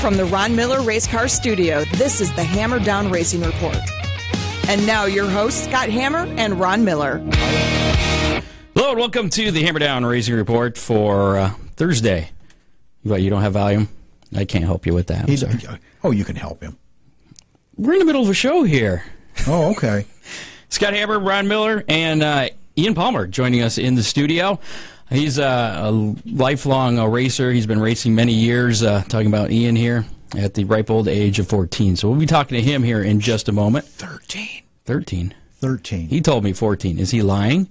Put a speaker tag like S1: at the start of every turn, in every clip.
S1: From the Ron Miller Race Car Studio, this is the Hammer Down Racing Report. And now your hosts, Scott Hammer and Ron Miller.
S2: Hello and welcome to the Hammer Down Racing Report for uh, Thursday. What, you don't have volume? I can't help you with that. I'm
S3: He's,
S2: sorry.
S3: oh, you can help him.
S2: We're in the middle of a show here.
S3: Oh, okay.
S2: Scott Hammer, Ron Miller, and uh, Ian Palmer joining us in the studio. He's uh, a lifelong uh, racer. He's been racing many years. Uh, talking about Ian here at the ripe old age of 14. So we'll be talking to him here in just a moment.
S3: 13.
S2: 13.
S3: 13.
S2: He told me 14. Is he lying?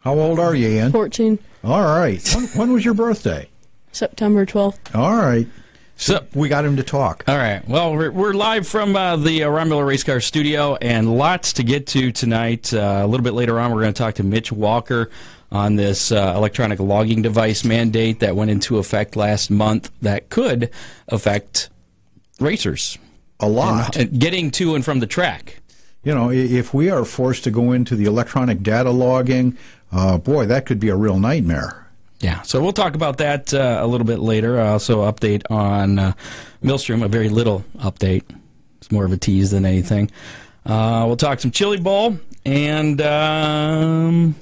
S3: How old are you, Ian?
S4: 14,
S3: All right. When, when was your birthday?
S4: September 12th.
S3: All right.
S2: So
S3: We got him to talk.
S2: All right. Well, we're, we're live from uh, the uh, Ron Miller Race Car Studio, and lots to get to tonight. Uh, a little bit later on, we're going to talk to Mitch Walker on this uh, electronic logging device mandate that went into effect last month that could affect racers
S3: A lot.
S2: and getting to and from the track.
S3: you know, i- if we are forced to go into the electronic data logging, uh, boy, that could be a real nightmare.
S2: Yeah, so we'll talk about that uh, a little bit later. I also update on uh, Millstrom, a very little update. It's more of a tease than anything. Uh, we'll talk some chili bowl, and um,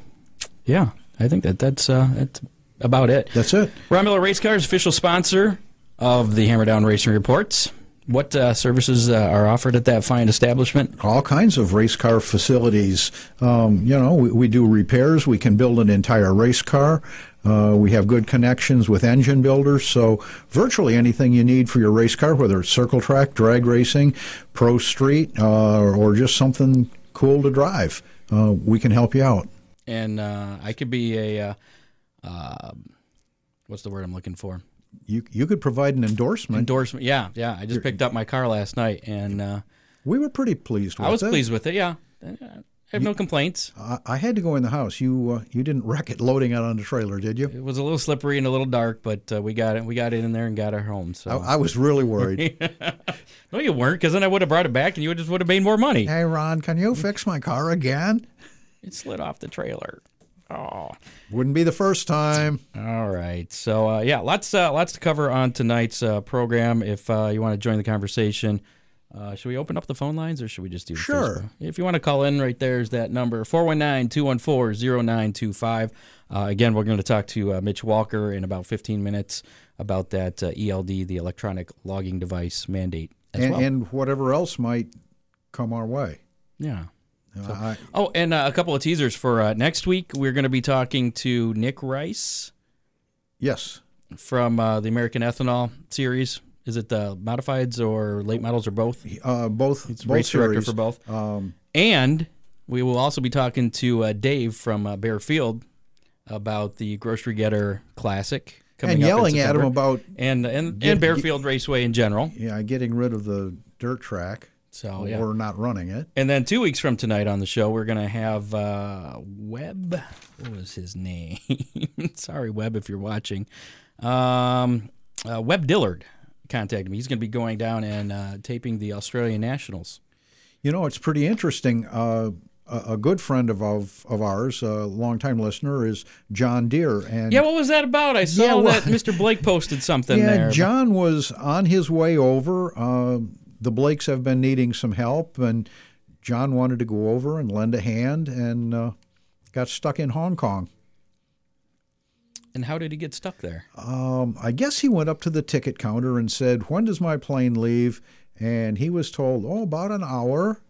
S2: yeah, I think that that's uh, that's about it.
S3: That's it.
S2: Ron Miller Race Cars, official sponsor of the Hammer Down Racing Reports. What uh, services uh, are offered at that fine establishment?
S3: All kinds of race car facilities. Um, you know, we, we do repairs. We can build an entire race car. Uh, we have good connections with engine builders. So, virtually anything you need for your race car, whether it's circle track, drag racing, pro street, uh, or just something cool to drive, uh, we can help you out.
S2: And uh, I could be a uh, uh, what's the word I'm looking for?
S3: You, you could provide an endorsement.
S2: endorsement. Yeah, yeah. I just picked up my car last night, and uh,
S3: We were pretty pleased with
S2: I was
S3: it.
S2: pleased with it. Yeah, Uh, I have no complaints.
S3: I, I had to go in the house. You uh, you didn't wreck it loading it on the trailer, did you?
S2: It was a little slippery and a little dark, but uh, we got it. We got it in there and got her home. So
S3: I, I was really worried.
S2: no, you weren't, because then I would have brought it back, and you would just would have made more money.
S3: hey, Ron, can you fix my car again?
S2: It slid off the trailer. Oh.
S3: Wouldn't be the first time.
S2: All right. So uh, yeah, lots uh, lots to cover on tonight's uh, program. If uh, you want to join the conversation, uh, should we open up the phone lines or should we just do the
S3: Sure.
S2: Facebook? If you want to call in, right there's that number 419-214-0925. Uh, again, we're going to talk to uh, Mitch Walker in about 15 minutes about that uh, ELD, the electronic logging device mandate as
S3: And,
S2: well.
S3: and whatever else might come our way.
S2: yeah.
S3: I-
S2: Oh, and uh, a couple of teasers for uh, next week. We're going to be talking to Nick Rice.
S3: yes.
S2: from uh, the American Ethanol series. Is it the modifieds or late models or both?
S3: Uh, both both
S2: Race director
S3: series. Um,
S2: for both. and we will also be talking to uh, Dave from uh, Bear Field about the Grocery Getter Classic coming
S3: And
S2: up in
S3: yelling at him
S2: September.
S3: about
S2: and and, and Bearfield Raceway in general.
S3: yeah, getting rid of the dirt track
S2: So
S3: or
S2: Oh, yeah.
S3: not running it.
S2: And then two weeks from tonight on the show, we're going to have uh, Webb. What was his name? Sorry, Webb, if you're watching. Um, uh, Webb Dillard contacted me. He's going to be going down and uh, taping the Australian Nationals.
S3: You know, it's pretty interesting. Uh, a a good friend of of, of ours, a longtime listener, is John Deere, and
S2: Yeah, what was that about? I saw
S3: Yeah, well-
S2: that Mr. Blake posted something
S3: yeah,
S2: there.
S3: John was on his way over. Uh, the Blakes have been needing some help, and John wanted to go over and lend a hand, and uh, got stuck in Hong Kong.
S2: and how did he get stuck there?
S3: Um, I guess he went up to the ticket counter and said, "When does my plane leave?" And he was told, "Oh, about an hour."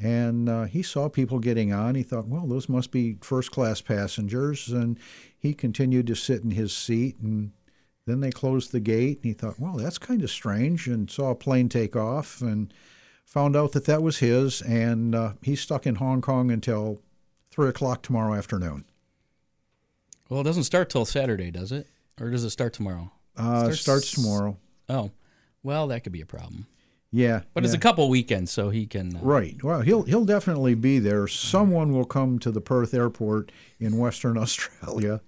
S3: And uh, he saw people getting on. He thought, "Well, those must be first-class passengers." And he continued to sit in his seat. And then they closed the gate. And he thought, "Well, that's kind of strange." And saw a plane take off and found out that that was his. And uh, he's stuck in Hong Kong until three o'clock tomorrow afternoon.
S2: Well, it doesn't start till Saturday, does it? Or does it start tomorrow?
S3: Uh,
S2: Starts-
S3: starts tomorrow.
S2: Oh, well, that could be a problem.
S3: Yeah,
S2: But
S3: yeah.
S2: it's a couple weekends, so he can. Uh,
S3: Right. Well, he'll he'll definitely be there. Someone will come to the Perth airport in Western Australia,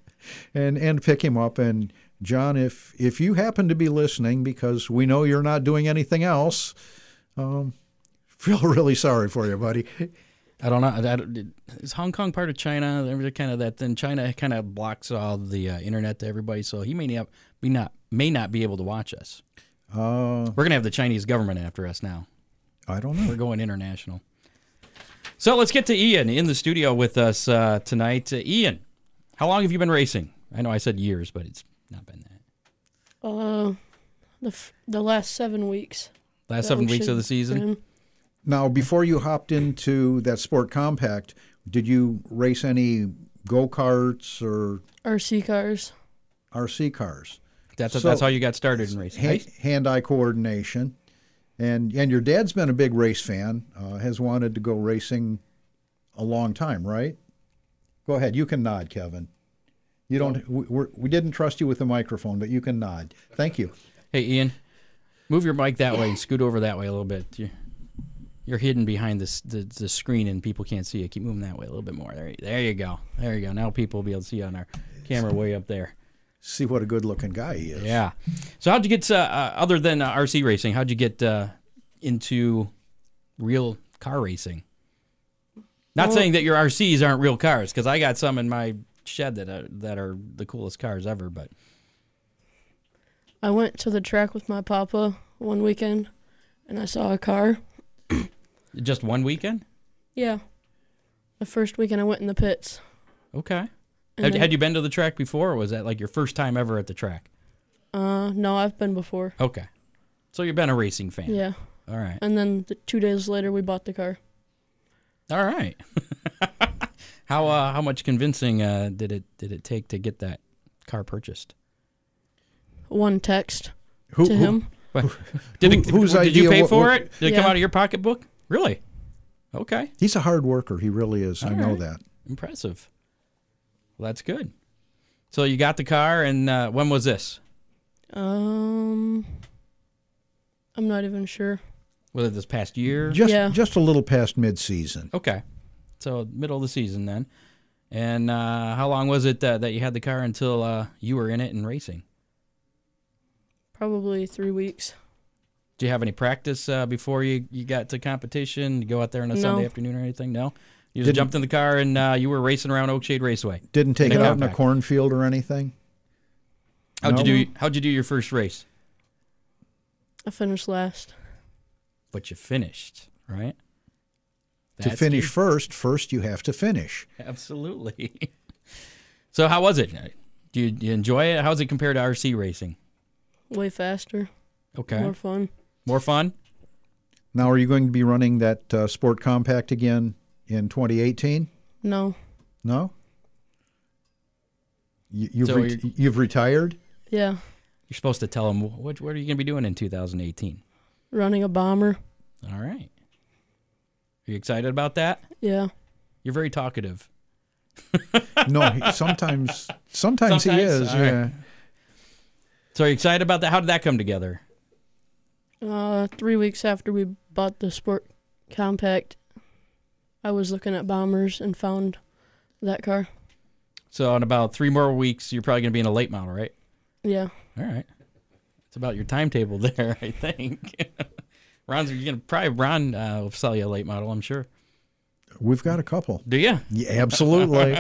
S3: and and pick him up. And John, if if you happen to be listening, because we know you're not doing anything else, um, feel really sorry for you, buddy.
S2: I don't know. I don't- Is Hong Kong part of China? They're kind of that. Then China kind of blocks all the uh, internet to everybody, so he may not be not may not be able to watch us.
S3: Uh,
S2: We're going to have the Chinese government after us now.
S3: I don't
S2: We're
S3: know.
S2: going international. So let's get to Ian in the studio with us uh, tonight. Uh, Ian, how long have you been racing? I know I said years, but it's not been that.
S4: Uh, the f- the last seven weeks.
S2: Last
S4: that
S2: seven
S4: we
S2: weeks
S4: should
S2: of the season.
S4: been.
S3: Now, before you hopped into that sport compact, did you race any go karts or
S4: RC cars.
S3: RC cars?
S2: That's
S3: So-
S2: that's how you got started in racing.
S3: Ha-
S2: right?
S3: hand-eye coordination, and and your dad's been a big race fan. Uh, has wanted to go racing a long time, right? Go ahead, you can nod, Kevin. You don't. We, we're, we didn't trust you with the microphone, but you can nod. Thank you.
S2: Hey, Ian, move your mic that way and scoot over that way a little bit. You're, you're hidden behind this the, the screen and people can't see you. Keep moving that way a little bit more. There, you- there you go. There you go. Now people will be able to see you on our camera way up there.
S3: See what a good-looking guy he is.
S2: Yeah. So how'd you get uh, uh, other than uh, RC racing? How'd you get uh, into real car racing? Not saying that your RCs aren't real cars, because I got some in my shed that are, that are the coolest cars ever. But
S4: I went to the track with my papa one weekend, and I saw a car.
S2: just one weekend.
S4: Yeah, the first weekend I went in the pits.
S2: Okay.
S4: and
S2: Had,
S4: then-
S2: had you been to the track before, or was that like your first time ever at the track?
S4: Uh, no, I've been before.
S2: Okay. So you've been a racing fan.
S4: Yeah,
S2: All right.
S4: and then the, two days later we bought the car.
S2: All right. how uh, how much convincing uh, did it did it take to get that car purchased?
S4: One text
S3: Who,
S4: to
S3: who-
S4: him.
S2: What? Did, it,
S3: who- whose
S2: did you
S3: idea
S2: pay
S3: wa-
S2: for
S3: wa-
S2: it? Did it come
S4: Yeah.
S2: out of your pocketbook? Really? Okay.
S3: He's a hard worker. He really is. I
S2: All
S3: know
S2: right.
S3: that.
S2: Impressive. Well, that's good. So you got the car, and uh, when was this?
S4: Um, I'm not even sure.
S2: Was it this past year?
S3: Just
S4: Yeah.
S3: just a little past mid-season.
S2: Okay. So middle of the season then. And uh, how long was it uh, that you had the car until uh, you were in it and racing?
S4: Probably three weeks.
S2: Do you have any practice uh, before you, you got to competition? You go out there on a
S4: No.
S2: Sunday afternoon or anything? No. You just
S3: Didn't-
S2: jumped in the car and uh, you were racing around Oakshade Raceway.
S3: Didn't take
S2: In
S3: it
S2: a
S3: out in a
S2: compact.
S3: cornfield or anything.
S2: How'd you
S3: No.
S2: do? How'd you do your first race?
S4: I finished last.
S2: But you finished, right?
S3: to
S2: That's
S3: finish
S2: good.
S3: first, first you have to finish.
S2: absolutely. so how was it? Do you, do you enjoy it? How's it compared to RC racing?
S4: Way faster.
S2: Okay,
S4: More fun.
S2: more fun.
S3: Now, are you going to be running that uh, Sport Compact again in 2018?
S4: No.
S3: No. You, you've
S2: So
S3: ret- you've retired.
S4: Yeah.
S2: You're supposed to tell them what, what are you going to be doing in 2018.
S4: Running a bomber.
S2: All right. Are you excited about that?
S4: Yeah.
S2: You're very talkative.
S3: No, he, sometimes, sometimes he
S2: Sometimes,
S3: is.
S2: all right.
S3: yeah.
S2: So are you excited about that? How did that come together?
S4: Uh, three weeks after we bought the Sport Compact, I was looking at bombers and found that car.
S2: So in about three more weeks, you're probably going to be in a late model, right?
S4: Yeah.
S2: All right. It's about your timetable there, I think. Ron's you're gonna probably Ron uh, will sell you a late model, I'm sure.
S3: We've got a couple.
S2: Do you?
S3: Yeah, absolutely.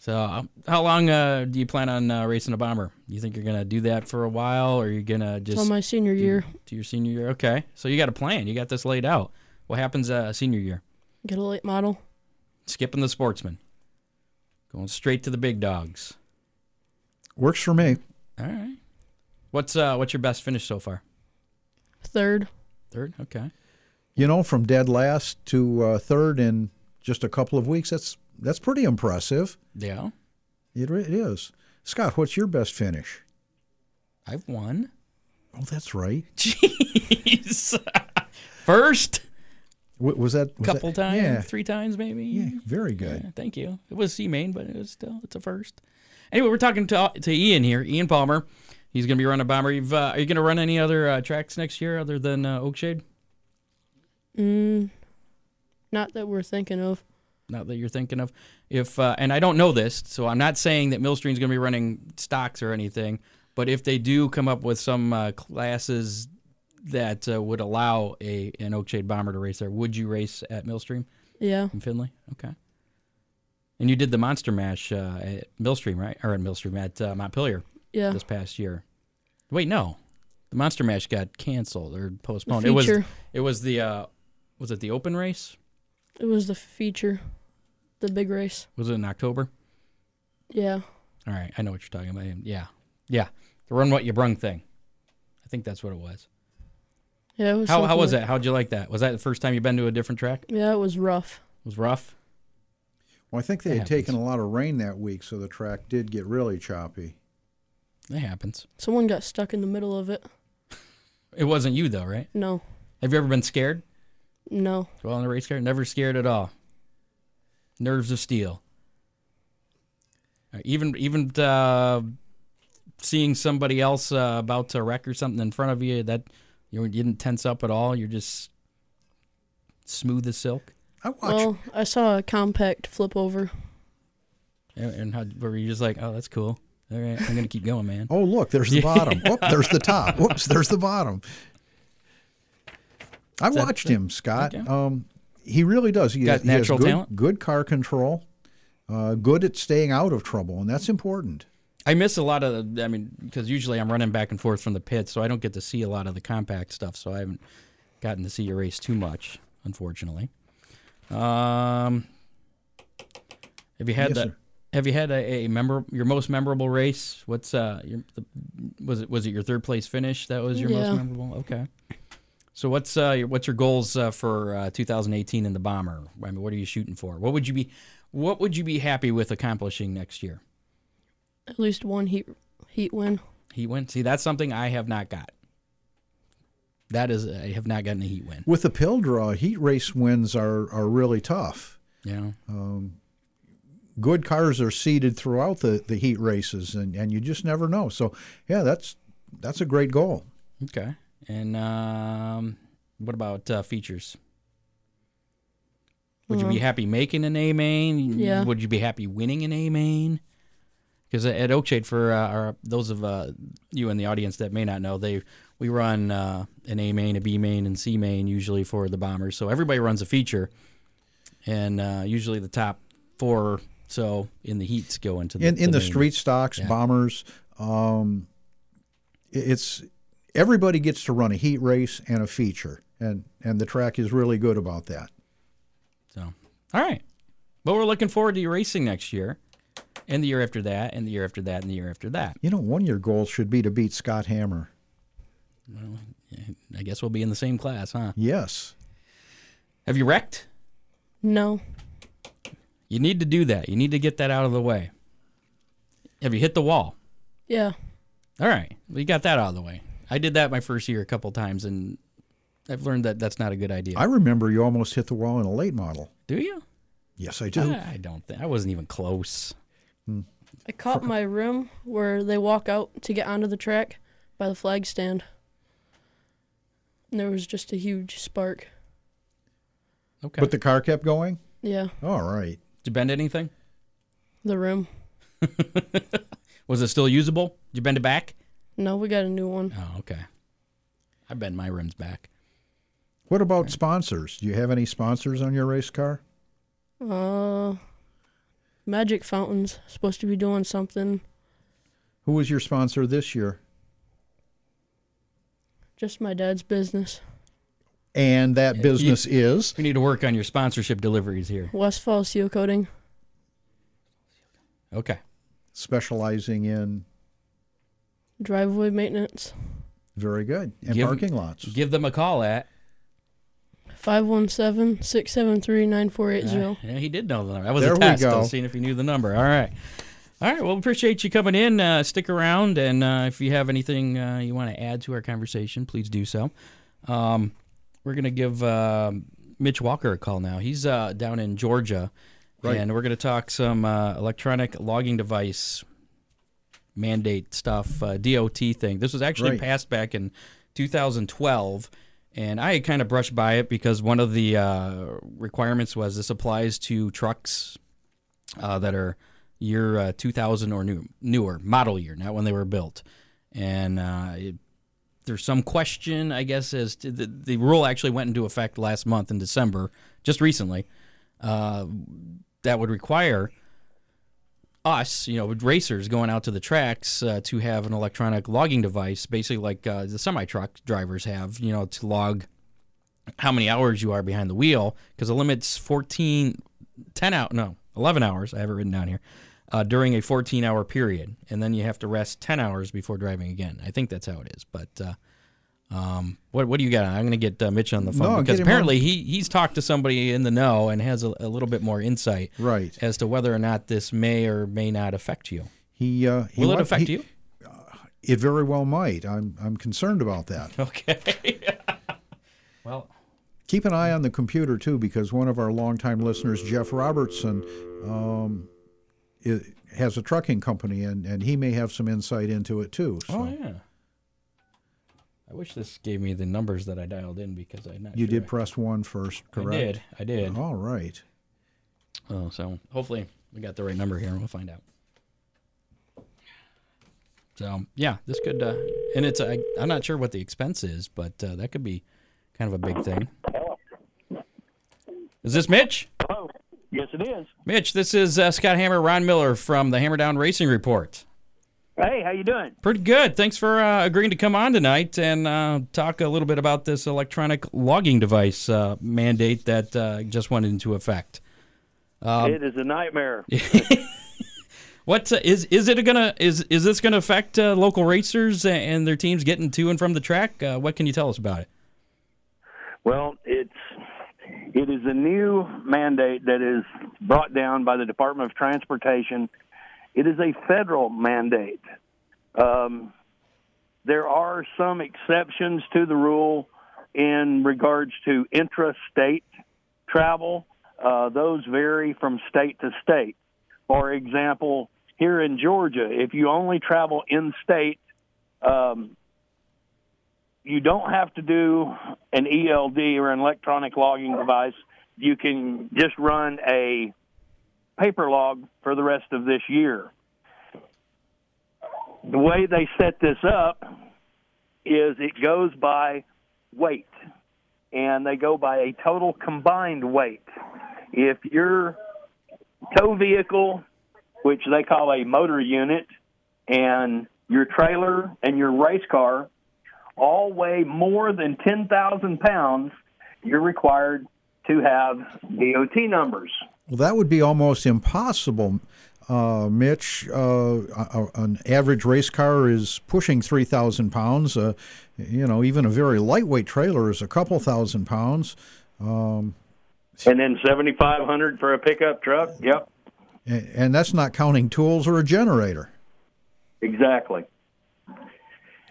S2: So, um, how long uh, do you plan on uh, racing a bomber? You think you're gonna do that for a while, or you're gonna
S4: Till
S2: just
S4: my senior year,
S2: to your senior year? Okay, so you got a plan. You got this laid out. What happens uh, senior year?
S4: get a late model.
S2: Skipping the sportsman, going straight to the big dogs.
S3: Works for me.
S2: All right. What's uh, what's your best finish so far?
S4: Third.
S2: Third. Okay.
S3: You know, from dead last to uh, third in just a couple of weeks. That's that's pretty impressive.
S2: Yeah,
S3: It, re- it is. Scott, what's your best finish?
S2: I've won.
S3: Oh, that's right.
S2: Jeez. First
S3: W- was that was
S2: couple
S3: that-
S2: times,
S3: Yeah.
S2: three times maybe.
S3: Yeah, very good.
S2: Yeah, thank you. It was C main, but it was still it's a first. Anyway, we're talking to to Ian here, Ian Palmer. He's going to be running a bomber. You've, uh, are you going to run any other uh, tracks next year other than uh, Oakshade?
S4: Mm, not that we're thinking of.
S2: Not that you're thinking of. If uh, and I don't know this, so I'm not saying that Millstream's going to be running stocks or anything. But if they do come up with some uh, classes that uh, would allow a an Oakshade bomber to race there, would you race at Millstream?
S4: Yeah.
S2: in Finley. Okay. And you did the Monster Mash uh, at Millstream, right? Or at Millstream at uh, Montpelier.
S4: Yeah.
S2: this past year. Wait, no, the Monster Mash got canceled or postponed.
S4: The
S2: It was
S4: feature.
S2: it was the uh, was it the open race?
S4: It was the feature, the big race.
S2: Was it in October?
S4: Yeah.
S2: All right, I know what you're talking about. Yeah, yeah, the run what you brung thing. I think that's what it was.
S4: Yeah. It was
S2: How how
S4: something
S2: was
S4: like-
S2: that? How'd you like that? Was that the first time you've been to a different track?
S4: Yeah, it was rough.
S2: It was rough.
S3: Well, I think they
S2: That
S3: had taken a
S2: happens.
S3: lot of rain that week, so the track did get really choppy.
S2: It happens.
S4: Someone got stuck in the middle of it.
S2: It wasn't you though, right?
S4: No.
S2: Have you ever been scared?
S4: No.
S2: Well, on a race car, never scared at all. Nerves of steel. Uh, Even even uh, seeing somebody else uh, about to wreck or something in front of you that you didn't tense up at all. You're just smooth as silk.
S3: I watched.
S4: Well, I saw a compact flip over.
S2: And, and how were you just like, oh, that's cool. All right, I'm gonna keep going, man.
S3: oh, look, there's the bottom. Oh, there's the top. Whoops, there's the bottom. I
S2: that-
S3: watched him, Scott.
S2: Okay.
S3: Um, he really does. He,
S2: Got
S3: has, he has
S2: natural
S3: good,
S2: talent?
S3: good car control, uh, good at staying out of trouble, and that's important.
S2: I miss a lot of. I mean, because usually I'm running back and forth from the pit, so I don't get to see a lot of the compact stuff. So I haven't gotten to see your race too much, unfortunately. Um, have you had
S3: Yes,
S2: that?
S3: sir.
S2: Have you had a, a member your most memorable race? What's uh your the, was it was it your third place finish that was your
S4: Yeah.
S2: most memorable? Okay. So what's uh your, what's your goals uh, for uh, 2018 in the bomber? I mean, what are you shooting for? What would you be what would you be happy with accomplishing next year?
S4: At least one heat heat win.
S2: Heat win. See, that's something I have not got. That is, I have not gotten a heat win.
S3: With the pill draw, heat race wins are, are really tough.
S2: You know,
S3: good cars are seeded throughout the, the heat races and, and you just never know. So yeah, that's that's a great goal.
S2: okay. And um, what about uh, features? Would you be happy making an A main?
S4: Yeah.
S2: Would you be happy winning an A main? Because at Oakshade, for uh, our, those of uh, you in the audience that may not know, they we run uh, an A main, a B main, and C main usually for the bombers. So everybody runs a feature, and uh, usually the top four or so in the heats go into the
S3: In in the
S2: main.
S3: street stocks, bombers, um, i- it's everybody gets to run a heat race and a feature, and and the track is really good about that.
S2: So, all right. But we're looking forward to your racing next year, and the year after that, and the year after that, and the year after that.
S3: You know, one of your goals should be to beat Scott Hammer.
S2: I guess we'll be in the same class, huh?
S3: Yes,
S2: Have you wrecked?
S4: No.
S2: You need to do that. You need to get that out of the way. Have you hit the wall?
S4: Yeah.
S2: All right. We got that out of the way. I did that my first year a couple times, and I've learned that that's not a good idea.
S3: I remember you almost hit the wall in a late model.
S2: do you? Ah,
S3: Yes, I do.
S2: I don't think I wasn't even close.
S4: I caught my rim where they walk out to get onto the track by the flag stand. And there was just a huge spark.
S2: Okay.
S3: But the car kept going.
S4: Yeah.
S3: All right.
S2: Did you bend anything?
S4: The rim.
S2: Was it still usable? Did you bend it back?
S4: No, we got a new one.
S2: Oh, okay. I bend my rims back.
S3: What about sponsors? Do you have any sponsors on your race car?
S4: Uh Magic Fountain's supposed to be doing something.
S3: Who was your sponsor this year?
S4: Just my dad's business.
S3: and that business is
S2: We need to work on your sponsorship deliveries here.
S4: Westfall seal coating.
S2: Okay.
S3: specializing in
S4: Driveway maintenance.
S3: very good and
S2: Give-
S3: parking lots.
S2: Give them a call at.
S4: 517 673 9480.
S2: Yeah, he did know the number. That was
S3: There
S2: a
S3: we
S2: test. I
S3: go.
S2: was seeing if he knew the number. All right. All right. Well, appreciate you coming in. Uh, stick around. And uh, if you have anything uh, you want to add to our conversation, please do so. Um, we're going to give um Mitch Walker a call now. He's uh, down in Georgia.
S3: Right.
S2: And we're going to talk some uh, electronic logging device mandate stuff, uh, DOT thing. This was actually
S3: Right.
S2: passed back in 2012, and I had kind of brushed by it because one of the uh, requirements was this applies to trucks uh, that are year uh, 2000 or new, newer, model year, not when they were built. And uh, it, there's some question, I guess, as to the, the rule actually went into effect last month in December, just recently, uh, that would require us, you know, with racers going out to the tracks uh, to have an electronic logging device, basically like uh, the semi truck drivers have, you know, to log how many hours you are behind the wheel because the limit's 14, 10 out, no, 11 hours. I have it written down here. Uh, during a 14 hour period, and then you have to rest 10 hours before driving again. I think that's how it is. But uh, um, what what do you got? I'm going to get uh, Mitch on the phone
S3: No,
S2: because
S3: get him
S2: apparently he, he's talked to somebody in the know and has a, a little bit more insight
S3: Right.
S2: as to whether or not this may or may not affect you.
S3: He, uh, he
S2: Will it
S3: wa-
S2: affect
S3: he-
S2: you?
S3: It very well might. I'm I'm concerned about that.
S2: Okay. well,
S3: Keep an eye on the computer too, because one of our longtime listeners, Jeff Robertson, um, i has a trucking company, and, and he may have some insight into it too. So
S2: oh yeah. I wish this gave me the numbers that I dialed in because I'm not.
S3: you
S2: sure
S3: did
S2: I-
S3: press one first,
S2: I
S3: correct?
S2: did. I did.
S3: All right.
S2: Oh, so hopefully we got the right number here. and We'll find out. So yeah, this could, uh, and it's I, I'm not sure what the expense is, but uh, that could be kind of a big thing. Is this Mitch?
S5: Oh, yes, it is.
S2: Mitch, this is uh, Scott Hammer, Ron Miller from the Hammer Down Racing Report.
S5: Hey, how you doing?
S2: Pretty good. Thanks for uh, agreeing to come on tonight and uh, talk a little bit about this electronic logging device uh, mandate that uh, just went into effect.
S5: it is a nightmare.
S2: What uh, is is it gonna is is this gonna affect uh, local racers and their teams getting to and from the track? Uh, what can you tell us about it?
S5: Well, it's it is a new mandate that is brought down by the Department of Transportation. It is a federal mandate. Um, there are some exceptions to the rule in regards to intrastate travel. Uh, those vary from state to state. For example, here in Georgia, if you only travel in state, um, you don't have to do an ELD or an electronic logging device. You can just run a paper log for the rest of this year. The way they set this up is it goes by weight, and they go by a total combined weight. If your tow vehicle, which they call a motor unit, and your trailer and your race car all weigh more than 10,000 pounds, you're required to have DOT numbers.
S3: Well, that would be almost impossible, uh, Mitch. Uh, a- a- an average race car is pushing 3,000 pounds. Uh, you know, even a very lightweight trailer is a couple thousand pounds.
S5: And then 7,500 for a pickup truck? Yep,
S3: And, and that's not counting tools or a generator.
S5: exactly.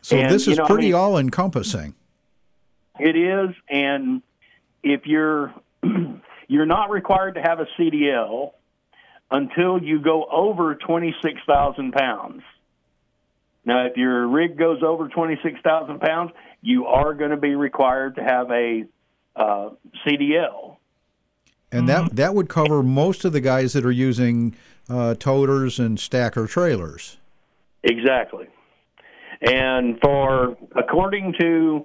S3: So
S5: And,
S3: this
S5: you
S3: is
S5: know, I
S3: pretty
S5: mean-
S3: all encompassing.
S5: It is, and if you're you're not required to have a CDL until you go over twenty six thousand pounds. Now, if your rig goes over twenty six thousand pounds, you are going to be required to have a uh, CDL.
S3: And
S5: Mm-hmm.
S3: that, that would cover most of the guys that are using uh, toters and stacker trailers.
S5: Exactly. And for according to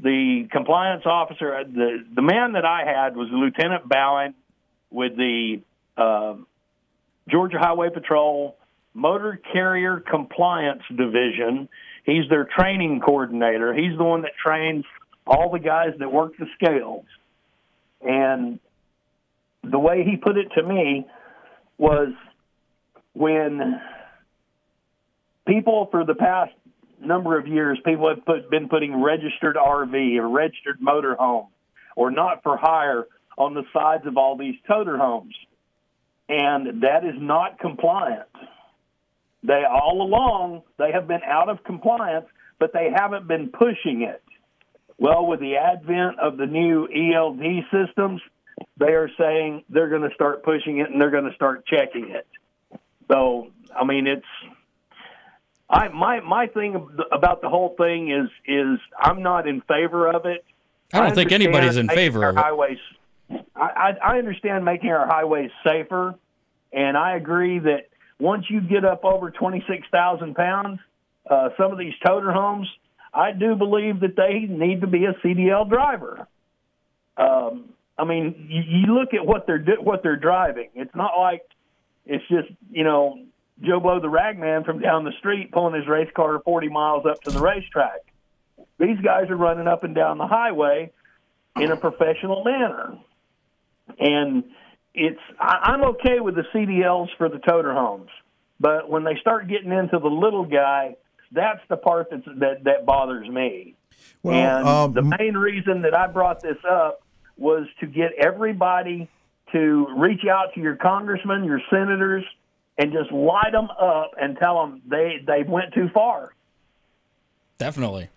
S5: the compliance officer, uh, the the man that I had was Lieutenant Bowen with the uh, Georgia Highway Patrol Motor Carrier Compliance Division. He's their training coordinator. He's the one that trains all the guys that work the scales. And the way he put it to me was when people for the past number of years, people have put, been putting registered RV or registered motorhome or not for hire on the sides of all these toter homes. And that is not compliant. They all along, they have been out of compliance, but they haven't been pushing it. Well, with the advent of the new ELD systems, they are saying they're going to start pushing it and they're going to start checking it. So, I mean, it's I my my thing about the whole thing is is I'm not in favor of it.
S2: I don't think
S5: understand
S2: anybody's in
S5: making
S2: favor
S5: our
S2: of it.
S5: Highways. I, I I understand making our highways safer, and I agree that once you get up over twenty six thousand pounds, uh, some of these toter homes, I do believe that they need to be a CDL driver. Um, I mean, you, you look at what they're do- what they're driving. It's not like it's just you know Joe Blow the ragman from down the street pulling his race car 40 miles up to the racetrack. These guys are running up and down the highway in a professional manner. And it's I, I'm okay with the CDLs for the toter homes, but when they start getting into the little guy, that's the part that's, that that bothers me. and
S3: Well,
S5: the
S3: um,
S5: main reason that I brought this up was to get everybody to reach out to your congressmen, your senators, and just light them up and tell them they they went too far.
S2: Definitely.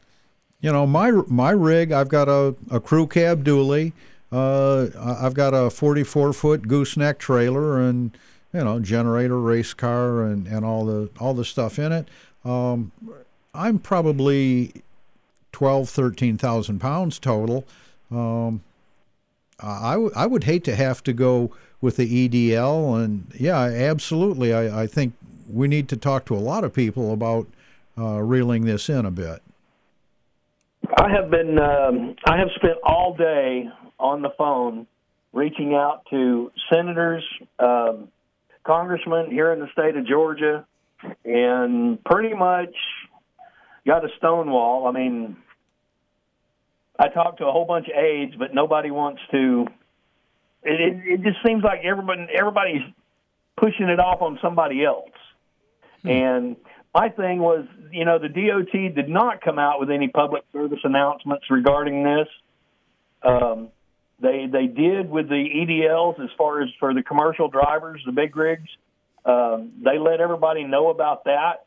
S3: you know my my rig. I've got a, a crew cab dually. Uh, I- I've got a 44 foot gooseneck trailer and you know generator, race car, and, and all the all the stuff in it. Um, I'm probably 12, 13,000 pounds total. Um, I, w- I would hate to have to go with the EDL. And yeah, absolutely. I, I think we need to talk to a lot of people about uh, reeling this in a bit.
S5: I have been um, I have spent all day on the phone reaching out to senators, um, congressmen here in the state of Georgia, and pretty much got a stonewall. I mean, I talked to a whole bunch of aides, but nobody wants to. It, it, it just seems like everybody everybody's pushing it off on somebody else. And my thing was, you know, the DOT did not come out with any public service announcements regarding this. Um, they they did with the EDLs as far as for the commercial drivers, the big rigs. Um, they let everybody know about that.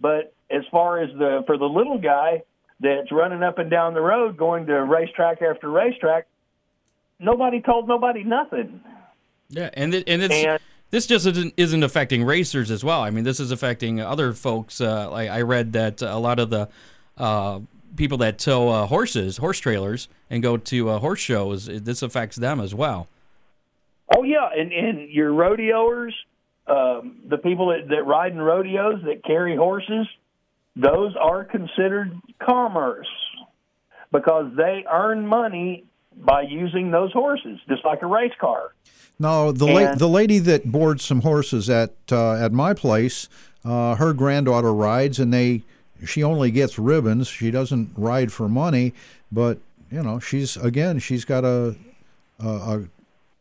S5: But as far as the for the little guy that's running up and down the road, going to racetrack after racetrack, nobody told nobody nothing.
S2: Yeah, and it, and it's
S5: And-
S2: this just isn't, isn't affecting racers as well. I mean, this is affecting other folks. Uh, like I read that a lot of the uh, people that tow uh, horses, horse trailers, and go to uh, horse shows, it- this affects them as well.
S5: Oh yeah, and and your rodeoers, um, the people that, that ride in rodeos that carry horses, those are considered commerce because they earn money by using those horses, just like a race car.
S3: No, the la-
S5: And-
S3: the lady that boards some horses at uh, at my place, uh, her granddaughter rides, and they she only gets ribbons. She doesn't ride for money, but you know she's again she's got a a,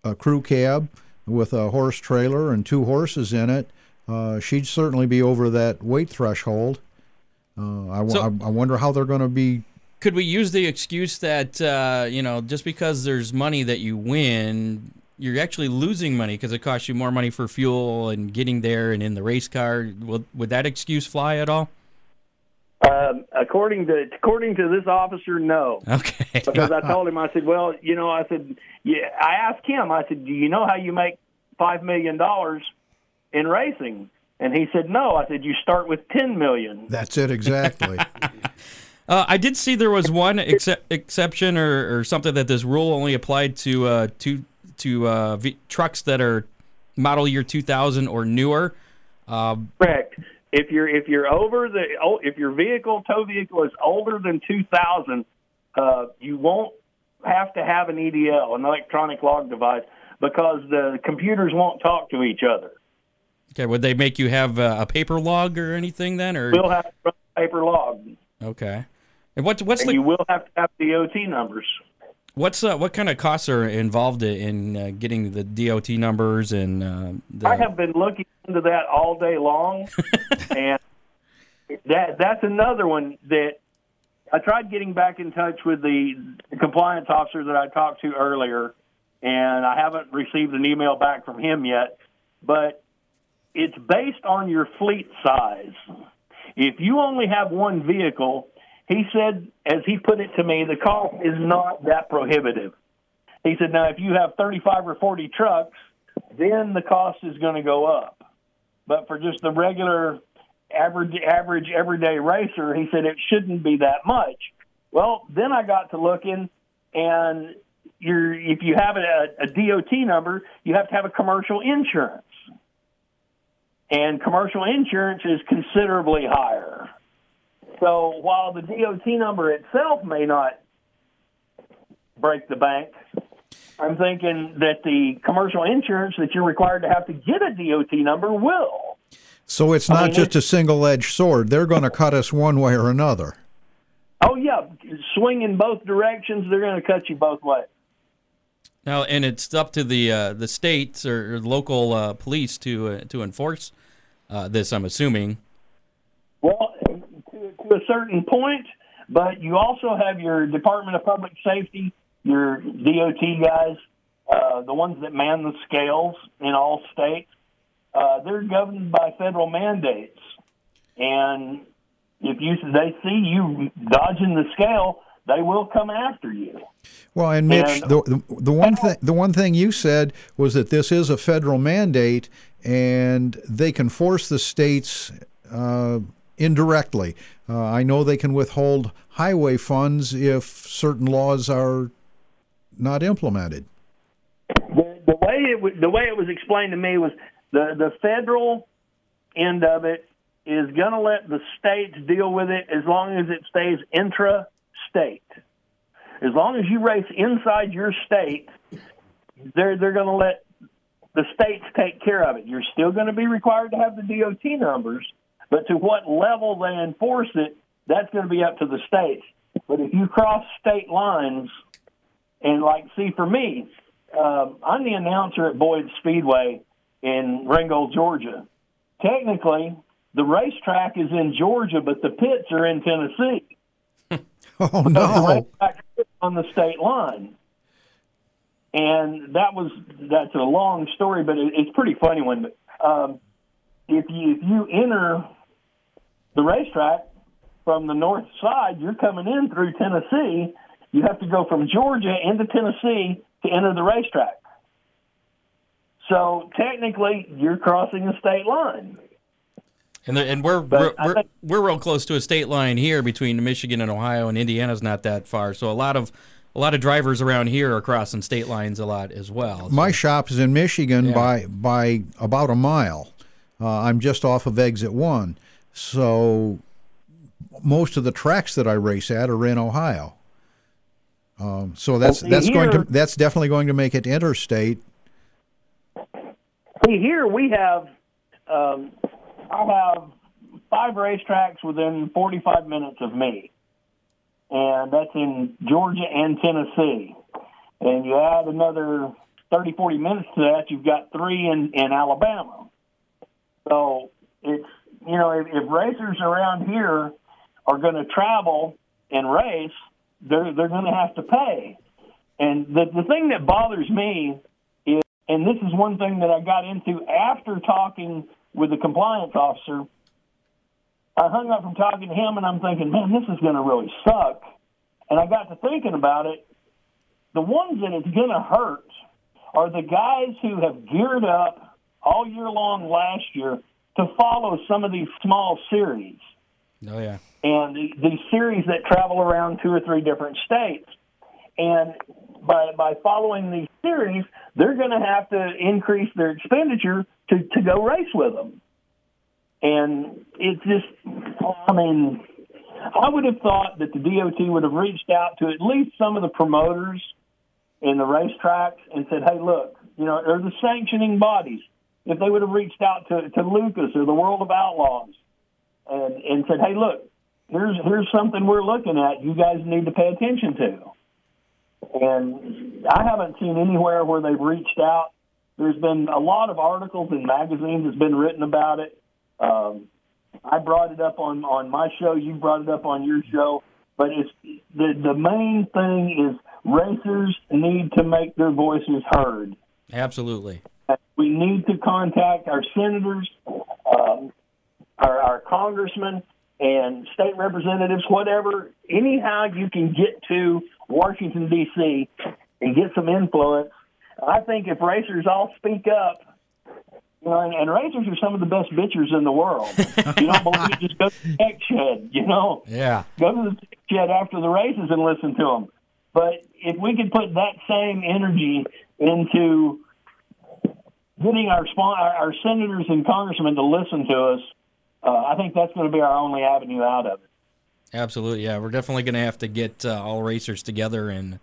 S3: a, a crew cab with a horse trailer and two horses in it. Uh, she'd certainly be over that weight threshold. Uh, I, w-
S2: So-
S3: I- I wonder how they're going to be
S2: Could we use the excuse that uh, you know just because there's money that you win, you're actually losing money because it costs you more money for fuel and getting there and in the race car? Would, would that excuse fly at all?
S5: Um, according to according to this officer, no.
S2: Okay.
S5: because I told him, I said, well, you know, I said, yeah, I asked him, I said, do you know how you make five million dollars in racing? And he said, no. I said, you start with ten million.
S3: That's it exactly.
S2: Uh, I did see there was one excep exception or, or something that this rule only applied to uh, to to uh, v- trucks that are model year 2000 or newer. Um,
S5: Correct. If you're if you're over the oh, if your vehicle tow vehicle is older than 2000, uh, you won't have to have an EDL, an electronic log device, because the computers won't talk to each other.
S2: okay, would they make you have uh, a paper log or anything then? Or
S5: We'll have to run a paper log,
S2: okay, and what what's
S5: and you
S2: the
S5: will have to have DOT numbers.
S2: what's uh, what kind of costs are involved in uh, getting the DOT numbers and uh, the,
S5: I have been looking into that all day long, and that that's another one that I tried getting back in touch with the compliance officer that I talked to earlier, and I haven't received an email back from him yet. But it's based on your fleet size. If you only have one vehicle, he said, as he put it to me, the cost is not that prohibitive. He said, now if you have 35 or 40 trucks, then the cost is going to go up. But for just the regular average average everyday racer, he said it shouldn't be that much. Well, then I got to looking, and you're, if you have a, a DOT number, you have to have a commercial insurance, and commercial insurance is considerably higher. So while the DOT number itself may not break the bank, I'm thinking that the commercial insurance that you're required to have to get a DOT number will.
S3: So it's
S5: I
S3: not
S5: mean,
S3: just a single edged sword. They're going to cut us one way or another.
S5: Oh yeah, swing in both directions. They're going to cut you both ways.
S2: Now, and it's up to the uh, the states or, or local uh, police to uh, to enforce uh, this. I'm assuming.
S5: Well, to, to a certain point, but you also have your Department of Public Safety, your DOT guys, uh, the ones that man the scales in all states. Uh, they're governed by federal mandates, and if you they see you dodging the scale, they will come after you.
S3: Well, and Mitch,
S5: And-
S3: the, the, the one thing the one thing you said was that this is a federal mandate, and they can force the states uh, indirectly. Uh, I know they can withhold highway funds if certain laws are not implemented.
S5: the, the way it wa- the way it was explained to me was the the federal end of it is going to let the states deal with it as long as it stays intra state. As long as you race inside your state, they're they're going to let the states take care of it. You're still going to be required to have the DOT numbers, but to what level they enforce it, that's going to be up to the states. But if you cross state lines, and like, see, for me, um, I'm the announcer at Boyd Speedway in Ringgold, Georgia. Technically, the racetrack is in Georgia, but the pits are in Tennessee.
S3: Oh
S5: The
S3: no!
S5: racetrack is on the state line. And that was that's a long story, but it, it's a pretty funny one. But um, if you if you enter the racetrack from the north side, you're coming in through Tennessee. You have to go from Georgia into Tennessee to enter the racetrack. So technically, you're crossing the state line.
S2: And, the, and we're we're,
S5: But I
S2: we're,
S5: think-
S2: we're real close to a state line here between Michigan and Ohio, and Indiana's not that far. So a lot of a lot of drivers around here are crossing state lines a lot as well.
S3: My shop is in Michigan by by about a mile. Uh, I'm just off of exit one, so most of the tracks that I race at are in Ohio. Um, so that's
S5: see,
S3: that's going to
S5: here-
S3: that's definitely going to make it interstate.
S5: See, here we have, um, I'll have five racetracks within 45 minutes of me. And that's in Georgia and Tennessee. And you add another 30, 40 minutes to that, you've got three in, in Alabama. So it's, you know, if, if racers around here are going to travel and race, they're, they're going to have to pay. And the, the thing that bothers me is, and this is one thing that I got into after talking with the compliance officer. I hung up from talking to him and I'm thinking, man, this is going to really suck. And I got to thinking about it. The ones that it's going to hurt are the guys who have geared up all year long last year to follow some of these small series
S2: oh yeah.
S5: and the, these series that travel around two or three different states. And by by following these series, they're going to have to increase their expenditure to to go race with them. And it just, I mean, I would have thought that the DOT would have reached out to at least some of the promoters in the racetracks and said, "Hey, look, you know," or the sanctioning bodies. If they would have reached out to, to Lucas or the World of Outlaws and, and said, "Hey, look, here's here's something we're looking at. You guys need to pay attention to." And I haven't seen anywhere where they've reached out. There's been a lot of articles in magazines that's been written about it. Um, I brought it up on on my show. You brought it up on your show. But it's the the main thing is racers need to make their voices heard
S2: Absolutely.
S5: we need to contact our senators, um, our, our congressmen, and state representatives, whatever, anyhow you can get to Washington, D.C. and get some influence. I think if racers all speak up, you know, and, and racers are some of the best bitches in the world. If you don't believe it, just go to the tech shed, you know
S2: Yeah.
S5: go to the tech shed after the races and listen to them. But if we could put that same energy into getting our spon- our, our senators and congressmen to listen to us, uh, I think that's going to be our only avenue out of it.
S2: Absolutely, yeah. We're definitely going to have to get uh, all racers together and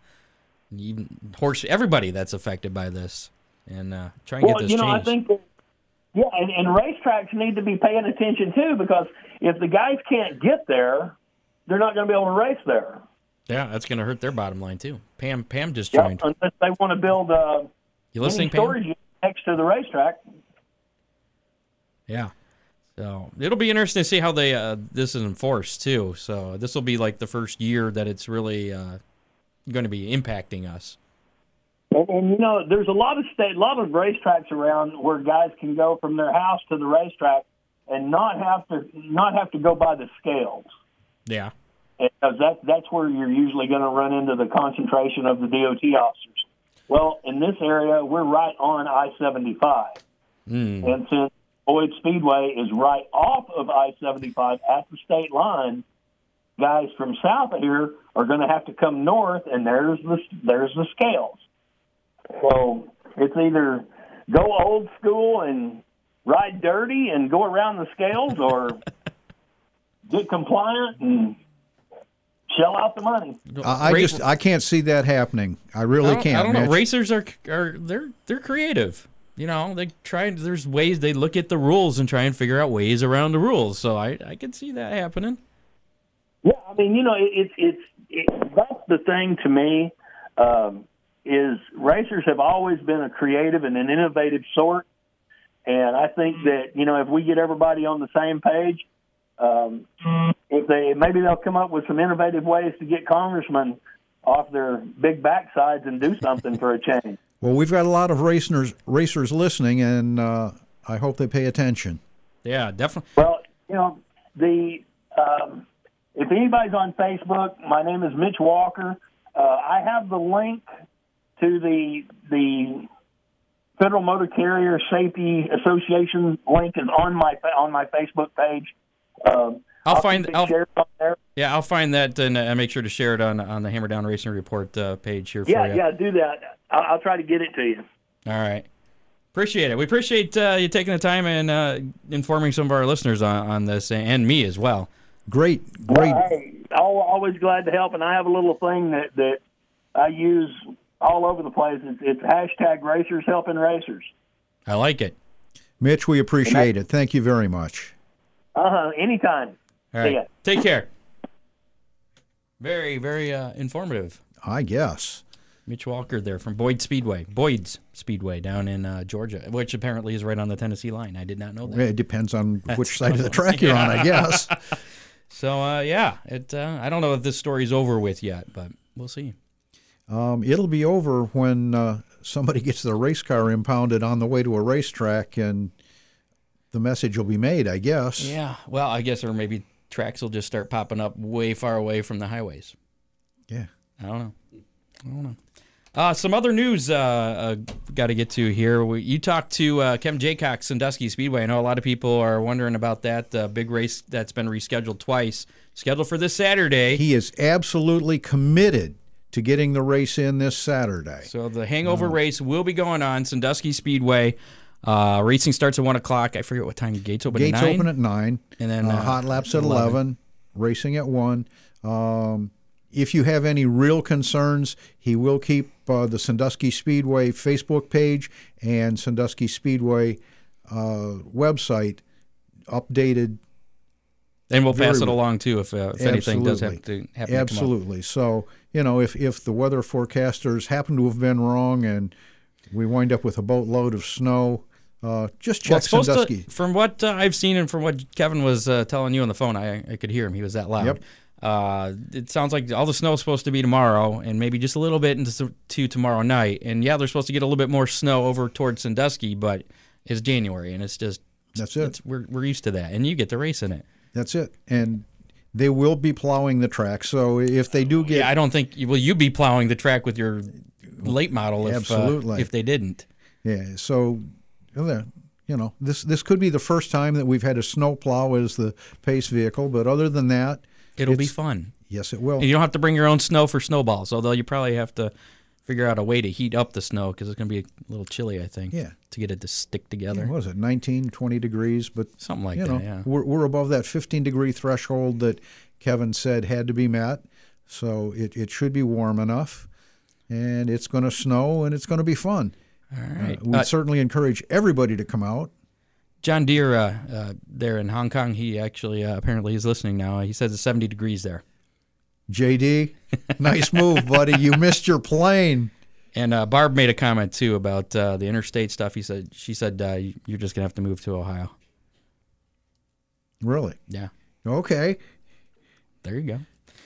S2: even horse everybody that's affected by this, and uh, try and
S5: Well,
S2: get this
S5: you know,
S2: changed.
S5: I think that Yeah, and, and racetracks need to be paying attention too because if the guys can't get there, they're not going to be able to race there.
S2: Yeah, that's going to hurt their bottom line too. Pam, Pam just
S5: Yep,
S2: joined.
S5: Unless they want to build uh,
S2: You
S5: any
S2: listening, Pam?
S5: storage unit next to the racetrack.
S2: Yeah. So it'll be interesting to see how they uh, this is enforced too. So this will be like the first year that it's really uh, going to be impacting us.
S5: And, and you know, there's a lot of state, a lot of racetracks around where guys can go from their house to the racetrack and not have to not have to go by the scales.
S2: Yeah.
S5: because uh, that that's where you're usually going to run into the concentration of the DOT officers. Well, in this area, we're right on I-75, and since Boyd Speedway is right off of I-75 at the state line, guys from south of here are going to have to come north, and there's the there's the scales. So it's either go old school and ride dirty and go around the scales, or get compliant and shell out the money.
S3: I, I
S2: Race-
S3: just I can't see that happening. I really
S2: I don't-
S3: can't.
S2: I don't know.
S3: Mitch.
S2: Racers are are they're they're creative. You know, they try. There's ways they look at the rules and try and figure out ways around the rules. So I I can see that happening.
S5: Yeah, I mean, you know, it- it's it's it, that's the thing to me um, is racers have always been a creative and an innovative sort, and I think that you know if we get everybody on the same page, um, if they maybe they'll come up with some innovative ways to get congressmen off their big backsides and do something for a change.
S3: Well, we've got a lot of racers racers listening, and uh, I hope they pay attention.
S2: Yeah, definitely.
S5: Well, you know, the um, if anybody's on Facebook, my name is Mitch Walker. Uh, I have the link to the the Federal Motor Carrier Safety Association link is on my on my Facebook page. Um,
S2: I'll
S5: I'll
S2: find-
S5: keep it
S2: I'll-
S5: shared on there.
S2: Yeah, I'll find that and uh, make sure to share it on on the Hammer Down Racing Report uh, page here
S5: Yeah,
S2: for you.
S5: yeah, do that. I'll, I'll try to get it to you.
S2: All right. Appreciate it. We appreciate uh, you taking the time and uh, informing some of our listeners on, on this and me as well.
S3: Great, great.
S5: Hey, al- always glad to help. And I have a little thing that that I use all over the place. It's, it's hashtag racers helping racers.
S2: I like it.
S3: Mitch, we appreciate it. Thank you very much.
S5: Uh huh. Anytime.
S2: All
S5: See
S2: right.
S5: ya.
S2: Take care. Very, very uh, informative.
S3: I guess.
S2: Mitch Walker there from Boyd Speedway, Boyd's Speedway down in uh, Georgia, which apparently is right on the Tennessee line. I did not know that.
S3: Eh, It depends on which side of the track you're on, I guess.
S2: So uh, yeah, it. Uh, I don't know if this story's over with yet, but we'll see.
S3: Um, it'll be over when uh, somebody gets their race car impounded on the way to a racetrack, and the message will be made, I guess.
S2: Yeah. Well, I guess or maybe tracks will just start popping up way far away from the highways.
S3: Yeah.
S2: I don't know. I don't know. Uh, some other news uh, uh, got to get to here. We, you talked to uh, Kem Jaycock, Sandusky Speedway. I know a lot of people are wondering about that uh, big race that's been rescheduled twice, scheduled for this Saturday.
S3: He is absolutely committed to getting the race in this Saturday.
S2: So the hangover race will be going on Sandusky Speedway. Uh, racing starts at one o'clock. I forget what time gates open.
S3: Gates
S2: at nine?
S3: open at nine,
S2: And then,
S3: uh,
S2: uh,
S3: hot laps at
S2: 11.
S3: 11, racing at one. Um, if you have any real concerns, he will keep uh, the Sandusky Speedway Facebook page and Sandusky Speedway uh, website updated.
S2: and we'll pass
S3: Very
S2: it
S3: well.
S2: along too if, uh, if anything does have to happen. to come up.
S3: Absolutely. So you know, if if the weather forecasters happen to have been wrong and we wind up with a boatload of snow, uh, just check
S2: Well, it's supposed
S3: Sandusky.
S2: to, from what uh, I've seen and from what Kevin was uh, telling you on the phone, I, I could hear him. He was that loud.
S3: Yep.
S2: Uh, it sounds like all the snow is supposed to be tomorrow, and maybe just a little bit into to tomorrow night. And yeah, they're supposed to get a little bit more snow over towards Sandusky, but it's January, and it's just
S3: That's it.
S2: It's, we're we're used to that, and you get the race in it.
S3: That's it. And they will be plowing the track. So if they do get
S2: Yeah, I don't think will you be plowing the track with your late model if uh,
S3: Absolutely.
S2: if they didn't.
S3: Yeah. So, well, there- you know, this this could be the first time that we've had a snowplow as the pace vehicle, but other than that,
S2: It'll be
S3: It's-
S2: fun.
S3: yes, it will.
S2: And you don't have to bring your own snow for snowballs, although you probably have to figure out a way to heat up the snow because it's going to be a little chilly, I think.
S3: Yeah.
S2: To get it to stick together.
S3: What was it, 19, 20 degrees? But
S2: Something like
S3: you
S2: that,
S3: know,
S2: yeah.
S3: we're we're above that 15 degree threshold that Kevin said had to be met. So it it should be warm enough, and it's going to snow and it's going to be fun. All right. we
S2: Uh,
S3: certainly encourage everybody to come out.
S2: John Deere uh, uh, there in Hong Kong, he actually uh, apparently is listening now. He says it's 70 degrees there.
S3: JD, nice move, buddy. You missed your plane.
S2: And uh, Barb made a comment too about uh, the interstate stuff. He said she said uh, you're just gonna have to move to Ohio.
S3: Really?
S2: Yeah,
S3: Okay.
S2: there you go.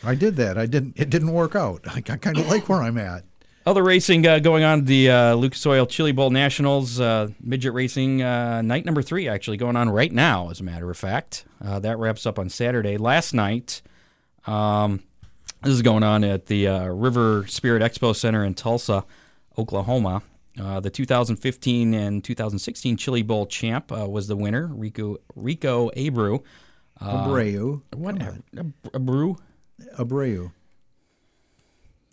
S3: I did that. I didn't. It didn't work out. I, I kind of like where I'm at.
S2: Other racing uh, going on the uh, Lucas Oil Chili Bowl Nationals uh, midget racing uh, night number three actually going on right now. As a matter of fact, uh, that wraps up on Saturday. Last night, um, this is going on at the uh, River Spirit Expo Center in Tulsa, Oklahoma. Uh, the 2015 and 2016 Chili Bowl champ uh, was the winner, Rico Rico Abreu.
S3: Abreu.
S2: Uh, What Abreu,
S3: Abreu.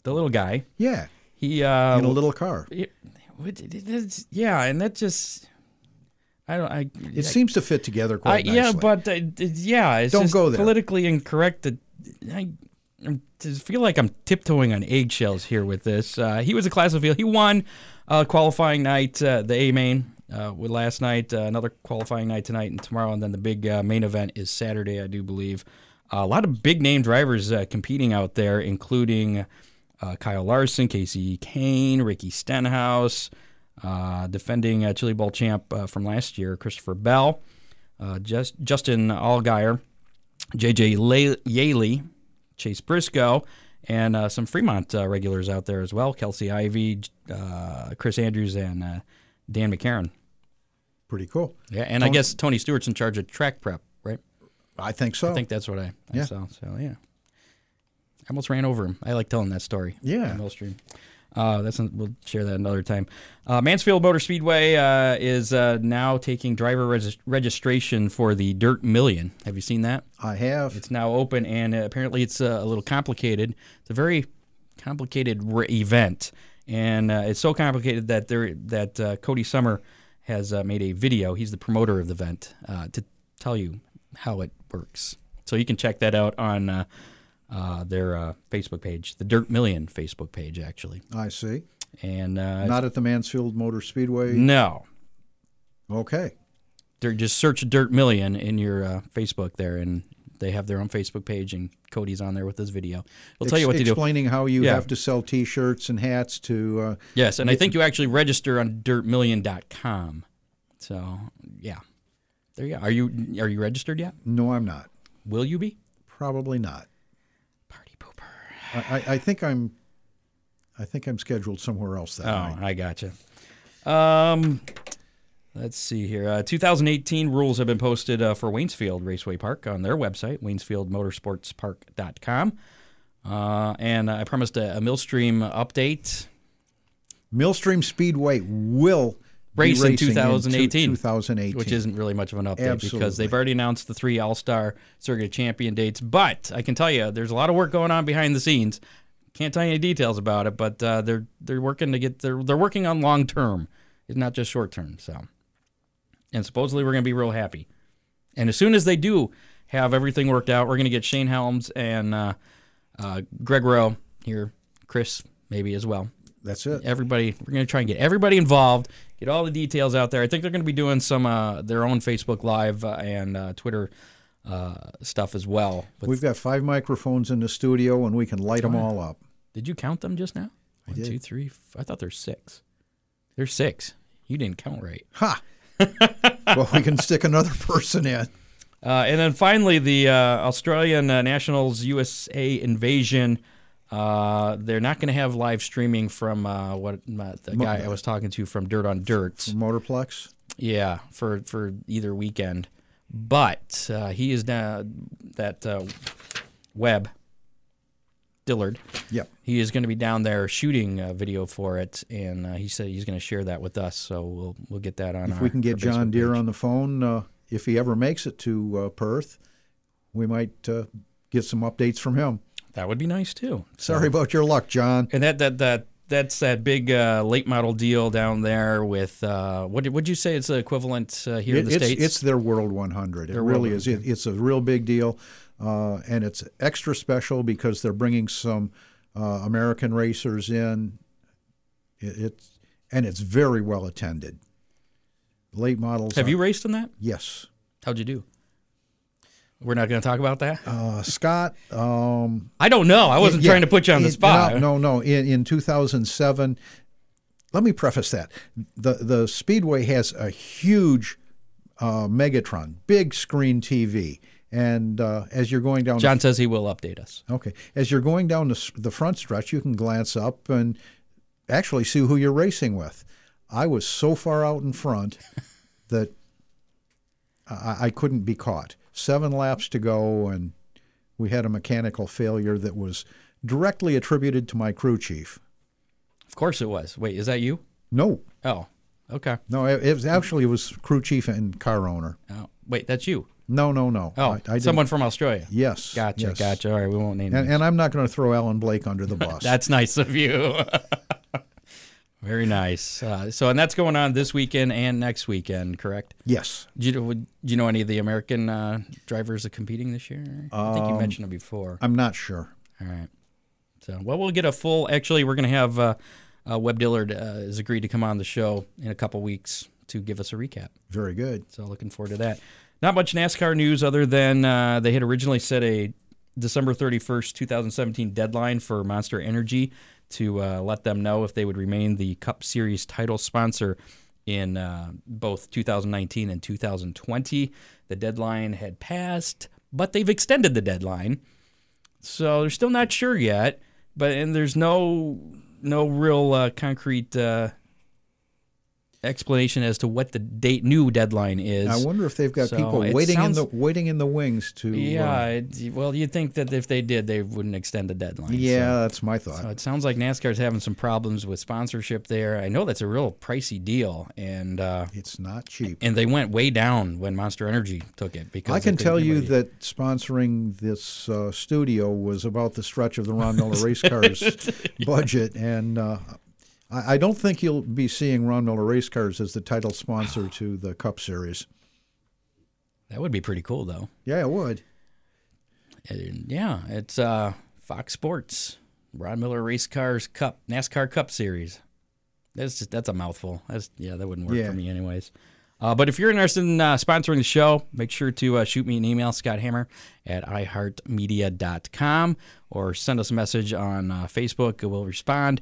S2: the little guy.
S3: Yeah.
S2: He uh,
S3: In a little car.
S2: it- what- it- it- it's- yeah, and that just I don't I,
S3: It seems to fit together
S2: I
S3: quite nicely.
S2: yeah, but uh, it- yeah, it's
S3: Don't
S2: just
S3: go there.
S2: politically incorrect. That I, I just feel like I'm tiptoeing on eggshells here with this. Uh, he was a class of field. He won uh, qualifying night, uh, the A main. Uh, with last night, uh, another qualifying night tonight and tomorrow, and then the big uh, main event is Saturday, I do believe. Uh, a lot of big name drivers uh, competing out there, including uh, Kyle Larson, Casey Kane, Ricky Stenhouse, uh, defending uh, Chili Bowl champ uh, from last year, Christopher Bell, uh, Just, Justin Allgaier, JJ La- Yaley, Chase Briscoe, and uh, some Fremont uh, regulars out there as well Kelsey Ivey, J- uh, Chris Andrews, and uh, Dan McCarron.
S3: Pretty cool.
S2: Yeah, and I guess Tony Stewart's in charge of track prep, right?
S3: I think so.
S2: I think that's what I, I
S3: Oh. Yeah.
S2: saw. So yeah, I almost ran over him. I like telling that story.
S3: Yeah.
S2: on Millstream. Uh, that's we'll share that another time. Uh, Mansfield Motor Speedway uh, is uh, now taking driver regis- registration for the Dirt Million. Have you seen that?
S3: I have.
S2: It's now open, and uh, apparently it's uh, a little complicated. It's a very complicated re- event, and uh, it's so complicated that there that uh, Cody Summer has uh, made a video. He's the promoter of the event uh, to tell you how it works. So you can check that out on uh, uh, their uh, Facebook page, the Dirt Million Facebook page, actually.
S3: I see.
S2: And uh,
S3: Not at the Mansfield Motor Speedway.
S2: no, Mm-hmm.
S3: Okay.
S2: they're just search Dirt Million in your uh, Facebook there, and they have their own Facebook page, and Cody's on there with this video. He'll tell you what
S3: Ex-
S2: to do.
S3: Explaining how you
S2: Yeah.
S3: have to sell T-shirts and hats to. Uh,
S2: Yes, and I think you actually register on dirtmillion.com. So, yeah. There you go. Are you are you registered yet?
S3: no, I'm not.
S2: Will you be?
S3: Probably not.
S2: Party pooper.
S3: I, I, I think I'm. I think I'm scheduled somewhere else that night.
S2: Oh, I gotcha. Um, let's see here. Uh, 2018 rules have been posted uh, for Waynesfield Raceway Park on their website, waynesfieldmotorsportspark.com. Uh, and I promised a, a millstream update.
S3: Millstream Speedway will be
S2: Race in
S3: racing two-
S2: 2018,
S3: 2018.
S2: which isn't really much of an update because
S3: Absolutely.
S2: they've already announced the three All Star Circuit Champion dates. But I can tell you, there's a lot of work going on behind the scenes. Can't tell you any details about it, but uh, they're they're working to get they're they're working on long term, it's not just short term. So, and supposedly we're gonna be real happy. And as soon as they do have everything worked out, we're gonna get Shane Helms and uh, uh, Greg Rowe here, Chris maybe as well
S3: That's it.
S2: everybody we're going to try and get everybody involved get all the details out there i think they're going to be doing some uh, their own facebook live uh, and uh, twitter uh, stuff as well But
S3: We've got five microphones in the studio, and we can light them all up.
S2: did you count them just now One, two, three.
S3: did.
S2: f- i thought there's six there's six you didn't count right
S3: Ha! well, we can stick another person in.
S2: Uh, and then finally, the uh, Australian uh, Nationals USA invasion. Uh, they're not going to have live streaming from uh, what uh, the guy I was talking to from Dirt on Dirt.
S3: Motorplex.
S2: Yeah, for for either weekend. But uh, he is now that uh, Webb Dillard.
S3: Yep.
S2: He is going to be down there shooting a video for it, and uh, he said he's going to share that with us. So we'll we'll get that on.
S3: If we can get John Deere on the phone, uh, if he ever makes it to uh, Perth, we might uh, get some updates from him.
S2: that would be nice too.
S3: Sorry about your luck, John.
S2: And that that that that's that big uh, late model deal down there with uh, what did would you say it's the equivalent uh, here in
S3: It-
S2: the
S3: it's,
S2: states?
S3: it's their World 100. It really is. It, it's a real big deal, uh, and it's extra special because they're bringing some uh, American racers in. It, it's and it's very well attended. late models.
S2: Have
S3: are-
S2: you raced in that?
S3: Yes.
S2: How'd you do? We're not going to talk about that.
S3: Uh, Scott, um,
S2: I don't know. I wasn't
S3: Yeah,
S2: trying to put you on the
S3: in-
S2: spot.
S3: No, no, no. In, in 2007, let me preface that the the Speedway has a huge uh, Megatron, big screen TV, and uh, as you're going down,
S2: John says he will update us.
S3: okay, as you're going down the, s- the front stretch, you can glance up and actually see who you're racing with. I was so far out in front that I, I couldn't be caught. Seven laps to go, and we had a mechanical failure that was directly attributed to my crew chief.
S2: Of course it was. Wait, is that you?
S3: No,
S2: Oh, okay.
S3: no, it, it was actually it was crew chief and car owner.
S2: Oh, wait, that's you.
S3: No, no, no.
S2: Oh,
S3: I, I
S2: someone from Australia.
S3: Didn't, yes.
S2: Gotcha,
S3: yes.
S2: gotcha. All right, we won't name
S3: And,
S2: him.
S3: and I'm not going to throw Alan Blake under the bus.
S2: That's nice of you. Very nice. Uh, so, and that's going on this weekend and next weekend, correct?
S3: yes.
S2: Do you, know- would- do you know any of the American uh, drivers that competing this year? I think
S3: Um,
S2: you mentioned it before.
S3: I'm not sure.
S2: All right. So, well, we'll get a full. Actually, we're going to have uh, uh, Webb Dillard uh, has agreed to come on the show in a couple weeks to give us a recap.
S3: Very good.
S2: So, looking forward to that. Not much NASCAR news other than uh, they had originally set a December 31st, 2017 deadline for Monster Energy to uh, let them know if they would remain the Cup Series title sponsor in uh, both 2019 and 2020. The deadline had passed, but they've extended the deadline. So they're still not sure yet, but and there's no no real uh, concrete uh, explanation as to what the date new deadline is.
S3: I wonder if they've got
S2: So
S3: people
S2: it
S3: waiting
S2: sounds-
S3: in the waiting in the wings to. uh,
S2: yeah, it, well, you'd think that if they did, they wouldn't extend the deadline. so-
S3: yeah, that's my thought.
S2: So it sounds like NASCAR's having some problems with sponsorship there. I know that's a real pricey deal, and uh,
S3: it's not cheap.
S2: and they went way down when Monster Energy took it because
S3: I can
S2: think
S3: tell
S2: they
S3: you
S2: waited.
S3: that sponsoring this uh, studio was about the stretch of the Ron Miller race cars budget, and uh, I, I don't think you'll be seeing Ron Miller race cars as the title sponsor to the Cup Series.
S2: that would be pretty cool though.
S3: Yeah, it would.
S2: And yeah, it's uh, Fox Sports, Ron Miller Race Cars Cup, NASCAR Cup Series. That's just, that's a mouthful. That's yeah, that wouldn't work
S3: Yeah.
S2: for me anyways. Uh, but if you're interested in uh, sponsoring the show, make sure to uh, shoot me an email, Scott Hammer at iHeartMedia.com, or send us a message on uh, Facebook. We'll respond.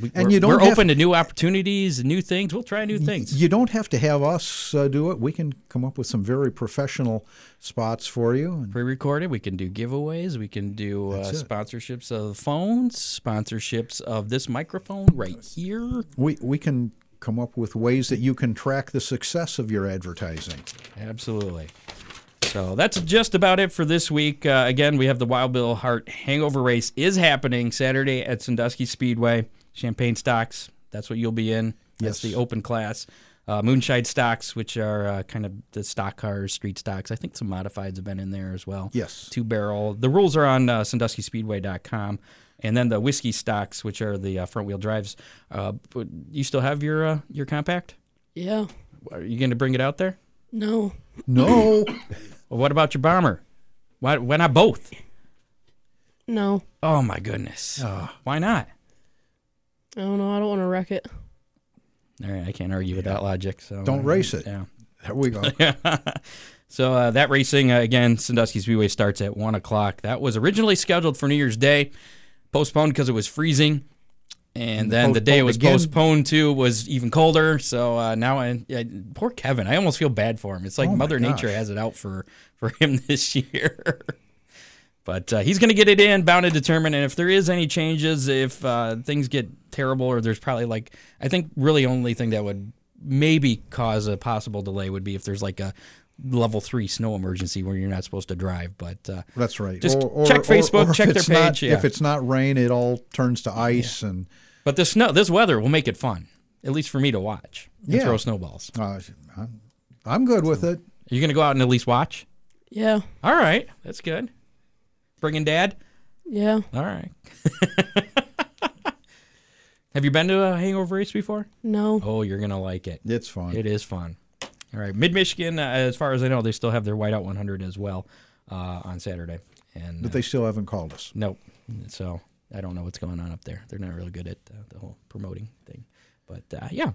S2: We,
S3: And
S2: are
S3: you don't
S2: we're
S3: have-
S2: open to new opportunities, new things. We'll try new things.
S3: You don't have to have us uh, do it. We can come up with some very professional spots for you. And
S2: pre-recorded. We can do giveaways. We can do uh,
S3: That's it.
S2: sponsorships of phones, sponsorships of this microphone right here.
S3: we we can come up with ways that you can track the success of your advertising.
S2: Absolutely. So that's just about it for this week. Uh, again, we have the Wild Bill Hart Hangover Race is happening Saturday at Sandusky Speedway. Champagne Stocks, that's what you'll be in. That's
S3: Yes.
S2: the open class. Uh, Moonshine Stocks, which are uh, kind of the stock cars, street stocks. I think some modifieds have been in there as well.
S3: Yes.
S2: Two barrel. The rules are on uh, SanduskySpeedway.com. And then the whiskey stocks, which are the uh, front wheel drives. Uh, but you still have your uh, your compact?
S4: Yeah.
S2: Are you going to bring it out there?
S4: No.
S3: No,
S2: Well, what about your bomber? Why, why not both?
S4: No.
S2: Oh my goodness! Uh, Why not?
S4: I don't know. I don't want to wreck it.
S2: All right, I can't argue with that logic. So
S3: Don't race it.
S2: Yeah.
S3: there we go.
S2: So uh, that racing uh, again, Sandusky Speedway starts at one o'clock. That was originally scheduled for New Year's Day, postponed because it was freezing, and then the day it was
S3: Postponed again.
S2: postponed to was even colder. So uh, now, I, I, poor Kevin, I almost feel bad for him. It's like
S3: my
S2: Mother Nature
S3: gosh.
S2: has it out for for him this year. But uh, he's going to get it in, bound and determined. And if there is any changes, if uh, things get terrible, or there's probably like, I think really only thing that would maybe cause a possible delay would be if there's like a level three snow emergency where you're not supposed to drive. But uh,
S3: That's right.
S2: Just check Facebook,
S3: if
S2: check their
S3: it's not-
S2: page, yeah.
S3: If it's not rain, it all turns to ice, and
S2: but this snow, this weather will make it fun, at least for me to watch and
S3: Yeah.
S2: throw snowballs.
S3: uh, I'm- I'm good with it.
S2: Are you going to go out and at least watch?
S4: Yeah.
S2: All right, that's good. Bringing dad.
S4: Yeah.
S2: All right. Have you been to a hangover race before?
S4: No.
S2: Oh, you're going to like it.
S3: It's fun.
S2: It is fun. All right, Mid Michigan, uh, as far as I know, they still have their Whiteout 100 as well uh, on Saturday. And
S3: but
S2: uh,
S3: they still haven't called us.
S2: nope. So I don't know what's going on up there. They're not really good at uh, the whole promoting thing. But But uh, yeah.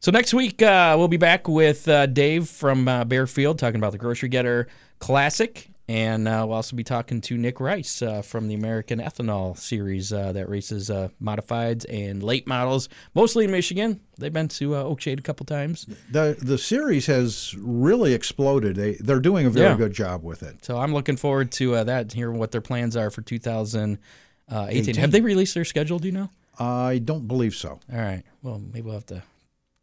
S2: So next week, uh, we'll be back with uh, Dave from uh, Bearfield talking about the Grocery Getter Classic. And uh, we'll also be talking to Nick Rice uh, from the American Ethanol Series uh, that races uh, modifieds and late models, mostly in Michigan. They've been to uh, Oakshade a couple times.
S3: The the series has really exploded. They they're doing a very
S2: Yeah.
S3: good job with it.
S2: So I'm looking forward to uh, that and hearing what their plans are for 2018. Have they released their schedule? Do you know?
S3: I don't believe so.
S2: All right. Well, maybe we'll have to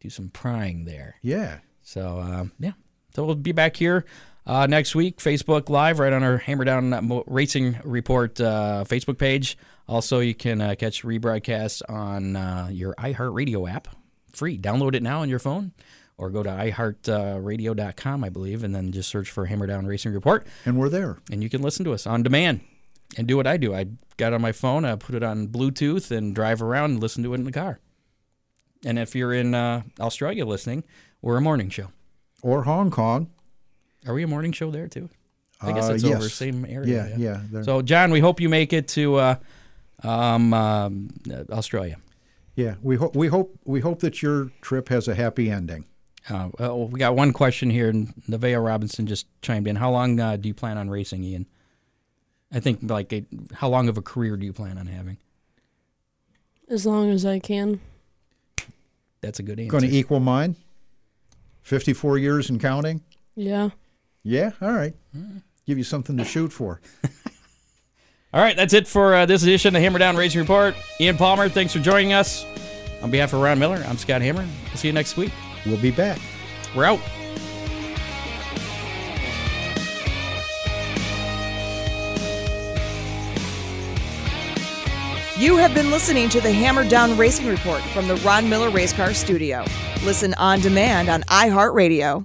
S2: do some prying there.
S3: Yeah.
S2: So um, yeah, so we'll be back here uh, next week, Facebook Live, right on our Hammer Down uh, Mo- Racing Report uh, Facebook page. Also, you can uh, catch rebroadcasts on uh, your iHeartRadio app, free. Download it now on your phone, or go to iHeartRadio.com, I believe, and then just search for Hammer Down Racing Report
S3: And we're there.
S2: and you can listen to us on demand and do what I do. I got on my phone, I put it on Bluetooth and drive around and listen to it in the car. And if you're in uh, Australia listening, we're a morning show.
S3: Or Hong Kong.
S2: Are we a morning show there too? I guess
S3: Uh,
S2: it's over
S3: yes.
S2: same area.
S3: Yeah, yeah, they're-
S2: So John, we hope you make it to uh, um, um, uh, Australia.
S3: Yeah. We hope we hope we hope that your trip has a happy ending.
S2: Uh, well, we got one question here. and Nevaeh Robinson just chimed in. How long uh, do you plan on racing, Ian? I think like it, how long of a career do you plan on having?
S4: As long as I can.
S2: That's a good answer.
S3: Going to equal mine. Fifty four years and counting.
S4: Yeah.
S3: Yeah. All right. Give you something to shoot for.
S2: All right, that's it for uh, this edition of the Hammer Down Racing Report. Ian Palmer, thanks for joining us. On behalf of Ron Miller, I'm Scott Hammer. We'll see you next week.
S3: We'll be back.
S2: We're out.
S1: You have been listening to the Hammer Down Racing Report from the Ron Miller Race Car Studio. Listen on demand on iHeartRadio.